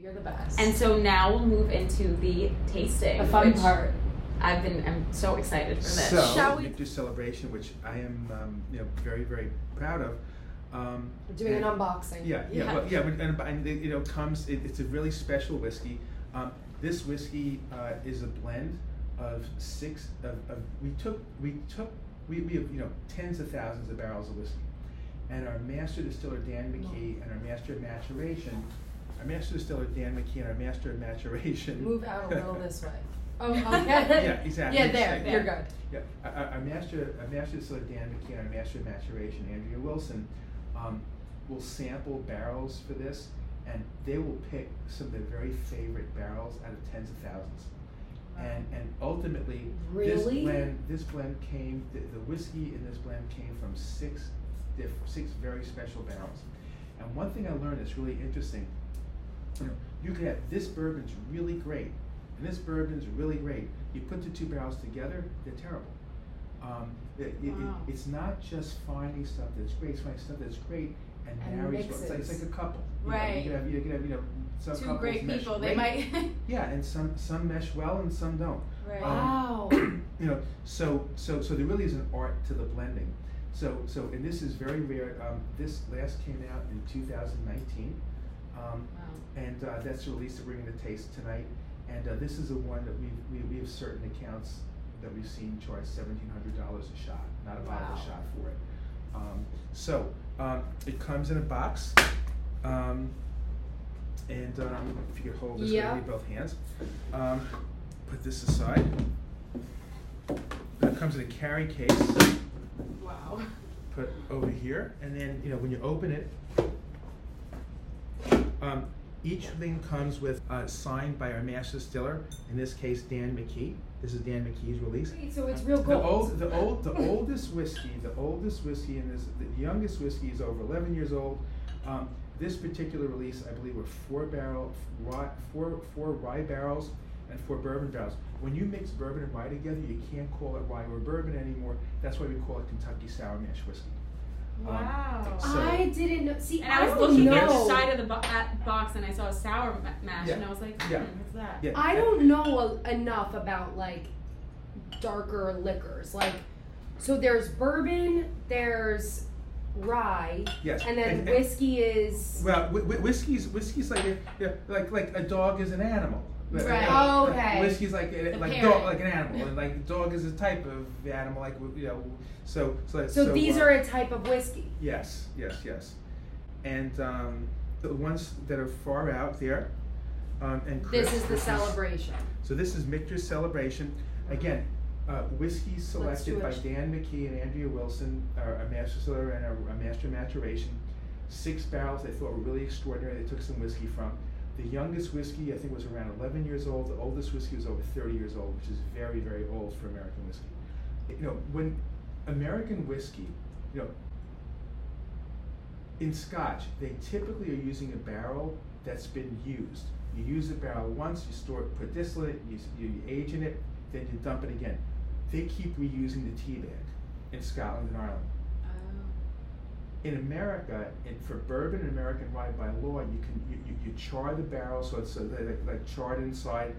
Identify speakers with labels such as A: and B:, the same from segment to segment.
A: You're the best.
B: And so now we'll move into the tasting.
A: the fun
B: which
A: part.
B: I've been. I'm so excited for this.
C: So
A: Shall we-
C: we do celebration, which I am, um, you know, very very proud of. Um,
A: We're doing an
C: and-
A: unboxing.
C: Yeah, yeah,
B: Yeah.
C: well, yeah, and, and- and it, you know, comes. It, it's a really special whiskey. Um, this whiskey uh, is a blend of six. Of, of we took we took we, we have you know tens of thousands of barrels of whiskey, and our master distiller Dan McKee and our master of maturation, our master distiller Dan McKee and our master of maturation.
A: Move out a little this way. Oh, okay.
C: Yeah, exactly.
A: Yeah, there.
B: there.
A: You're good.
C: Yeah, our- our, our master, our master distiller Dan McKeon, our master of maturation Andrea Wilson, um, will sample barrels for this, and they will pick some of their very favorite barrels out of tens of thousands. And and ultimately, this
A: Really?
C: blend, this blend came, the, the whiskey in this blend came from six, diff, six very special barrels. And one thing I learned that's really interesting, you know, you could have this bourbon's really great, and this bourbon's really great. You put the two barrels together, they're terrible. Um, it, it- it-
B: Wow.
C: it's not just finding stuff that's great, it's finding stuff that's great and,
A: And
C: marries well. It's like, it's
A: mixes.
C: like a couple. You Know, you
D: Right.
C: could have, you could have, you know, some
D: Two
C: couples
D: great
C: mesh
D: people. They
C: great.
D: might.
C: Yeah, and some, some mesh well and some don't.
D: right.
C: Um,
A: Wow.
C: you know, so so so there really is an art to the blending. So so and this is very rare. Um, this last came out in 2019, um,
B: Wow.
C: and uh, that's the release that we're going to taste tonight. And uh, this is the one that we've, we we have certain accounts that we've seen charge seventeen hundred dollars a shot, not a bottle
A: Wow.
C: a shot for it. Um, so um, it comes in a box. Um, and um, if you could hold this
A: Yeah.
C: with both hands, um, put this aside. That comes in a carry case,
D: wow.
C: put over here, and then you know when you open it, um, each thing comes with uh, signed by our master distiller. In this case, Dan McKee. This is Dan McKee's release.
A: Wait, so it's real
C: The
A: gold.
C: old, the old, the oldest whiskey, the oldest whiskey, and this, the youngest whiskey is over 11 years old. Um, this particular release, I believe, were four barrel, rye, four four rye barrels and four bourbon barrels. When you mix bourbon and rye together, you can't call it rye or bourbon anymore. That's why we call it Kentucky Sour Mash whiskey. Um,
D: Wow.
C: so-
A: I didn't know. See,
D: and I was
A: don't
D: looking
A: know.
D: at the side of the bo- at box and I saw a sour ma- mash
C: Yeah.
D: and I was like, hmm,
C: Yeah.
D: what's that?
C: Yeah,
A: I
C: and-
A: don't know a, enough about like darker liquors. Like, so there's bourbon, there's rye,
C: Yes.
A: and then whiskey is.
C: Well, whi- whi- whiskey's whiskey's like a, yeah, like like a dog is an animal. Like-
D: Right.
C: like-
A: Oh, Okay.
C: Whiskey's like a,
D: The
C: like
D: parrot.
C: dog like an animal, and like dog is a type of animal. Like you know, so so.
A: So, these
C: uh,
A: are a type of whiskey.
C: Yes, yes, yes, and um, the ones that are far out there, um, and Chris,
A: This is the celebration.
C: So this is Michter's celebration. Again, uh, whiskey
A: do
C: selected by
A: it.
C: Dan McKee and Andrea Wilson, our, our master seller and our, our master maturation. Six barrels they thought were really extraordinary. They took some whiskey from. The youngest whiskey I think was around 11 years old. The oldest whiskey was over 30 years old, which is very very old for American whiskey. You know when American whiskey, you know. In Scotch, they typically are using a barrel that's been used. You use the barrel once, you store it, put distillate, in it, you, s- you, you age in it, then you dump it again. They keep reusing the tea bag in Scotland and Ireland.
D: Oh,
C: In America, in, for bourbon and American rye by law, you can you, you, you char the barrel so it's uh, like, like- like charred inside,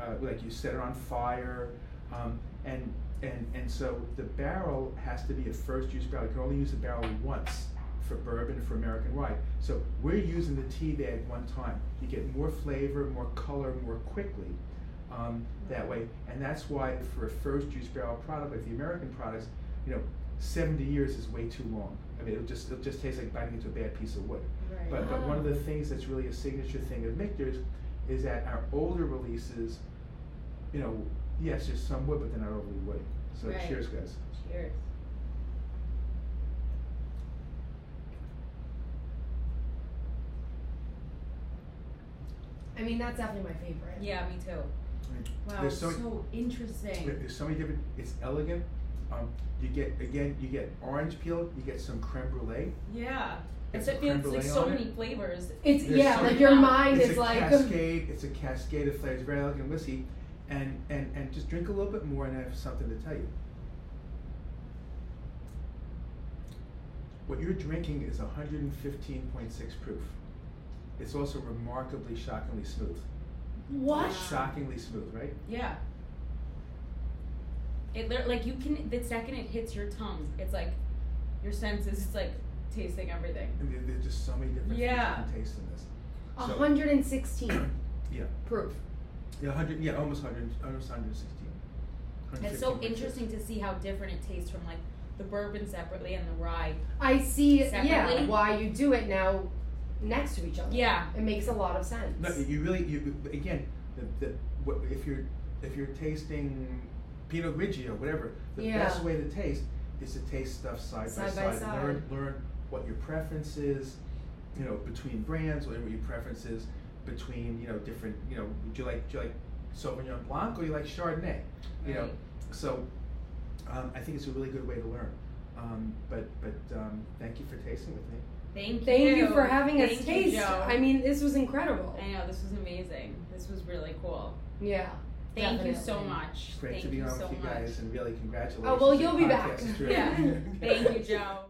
C: uh, like you set it on fire, um, and and and so the barrel has to be a first use barrel. You can only use the barrel once for bourbon for American rye. So we're using the tea bag one time. You get more flavor, more color, more quickly um, that way, and that's why for a first use barrel product like the American products, you know, 70 years is way too long. I mean, it'll just it'll just taste like biting into a bad piece of wood.
D: Right.
C: But but one of the things that's really a signature thing of Michter's is that our older releases, you know, yes, there's some wood, but they're not overly woody. So
D: Right.
C: cheers, guys.
D: Cheers.
A: I mean, that's definitely my favorite.
D: Yeah, me too.
C: Right.
D: Wow,
C: There's so
D: so,
C: many- There-
D: interesting.
C: There's so many different. It's elegant. Um, you get again, you get orange peel, you get some creme brulee.
D: Yeah.
C: It's
D: It's, it
C: creme
D: feels like
C: brulee
D: so
C: on it.
D: many flavors.
A: It's
C: There's
A: yeah,
C: so
A: like
D: many-
A: your mind
C: it's
A: is
C: a
A: like
C: cascade. It's a cascade of flavors. Very elegant whiskey, and and and just drink a little bit more, and I have something to tell you. What you're drinking is 115.6 proof. It's also remarkably shockingly smooth.
A: What?
C: Shockingly smooth, right?
D: Yeah. It lit- like you can the second it hits your tongue, it's like your senses. It's like tasting everything.
C: And there, there's just so many different
D: Yeah.
C: things you can taste in this. So-
A: 116.
C: Yeah.
A: Proof.
C: Yeah, 100, yeah, almost 100, almost 116.
D: It's so
C: 115.6.
D: interesting to see how different it tastes from like the bourbon separately and the rye.
A: I see. Yeah,
D: Separately?
A: why you do it now next to each other.
D: Yeah.
A: It makes a lot of sense.
C: No, you really you again the, the what, if you're if you're tasting Pinot Grigio, whatever, the
A: Yeah.
C: best way to taste is to taste stuff side,
A: Side
C: by,
A: by
C: side.
A: side.
C: Learn learn what your preference is, you know, between brands, whatever your preference is between, you know, different you know, do you like do you like Sauvignon Blanc or you like Chardonnay? You know.
D: Right.
C: So um, I think it's a really good way to learn. Um, but but um, thank you for tasting with me.
D: Thank,
A: Thank
D: you.
A: you for having us
D: Thank you,
A: taste.
D: Joe.
A: I mean, this was incredible.
D: I know this was amazing. This was really cool.
A: Yeah.
D: Thank you
A: Definitely.
D: so much.
C: Great
D: Thank
C: to be
D: you
C: on
D: so
C: with you
D: much.
C: guys and really congratulations.
A: Oh, well, you'll
C: The
A: be
C: podcast
A: back.
C: is terrific.
D: Yeah. Thank you, Joe.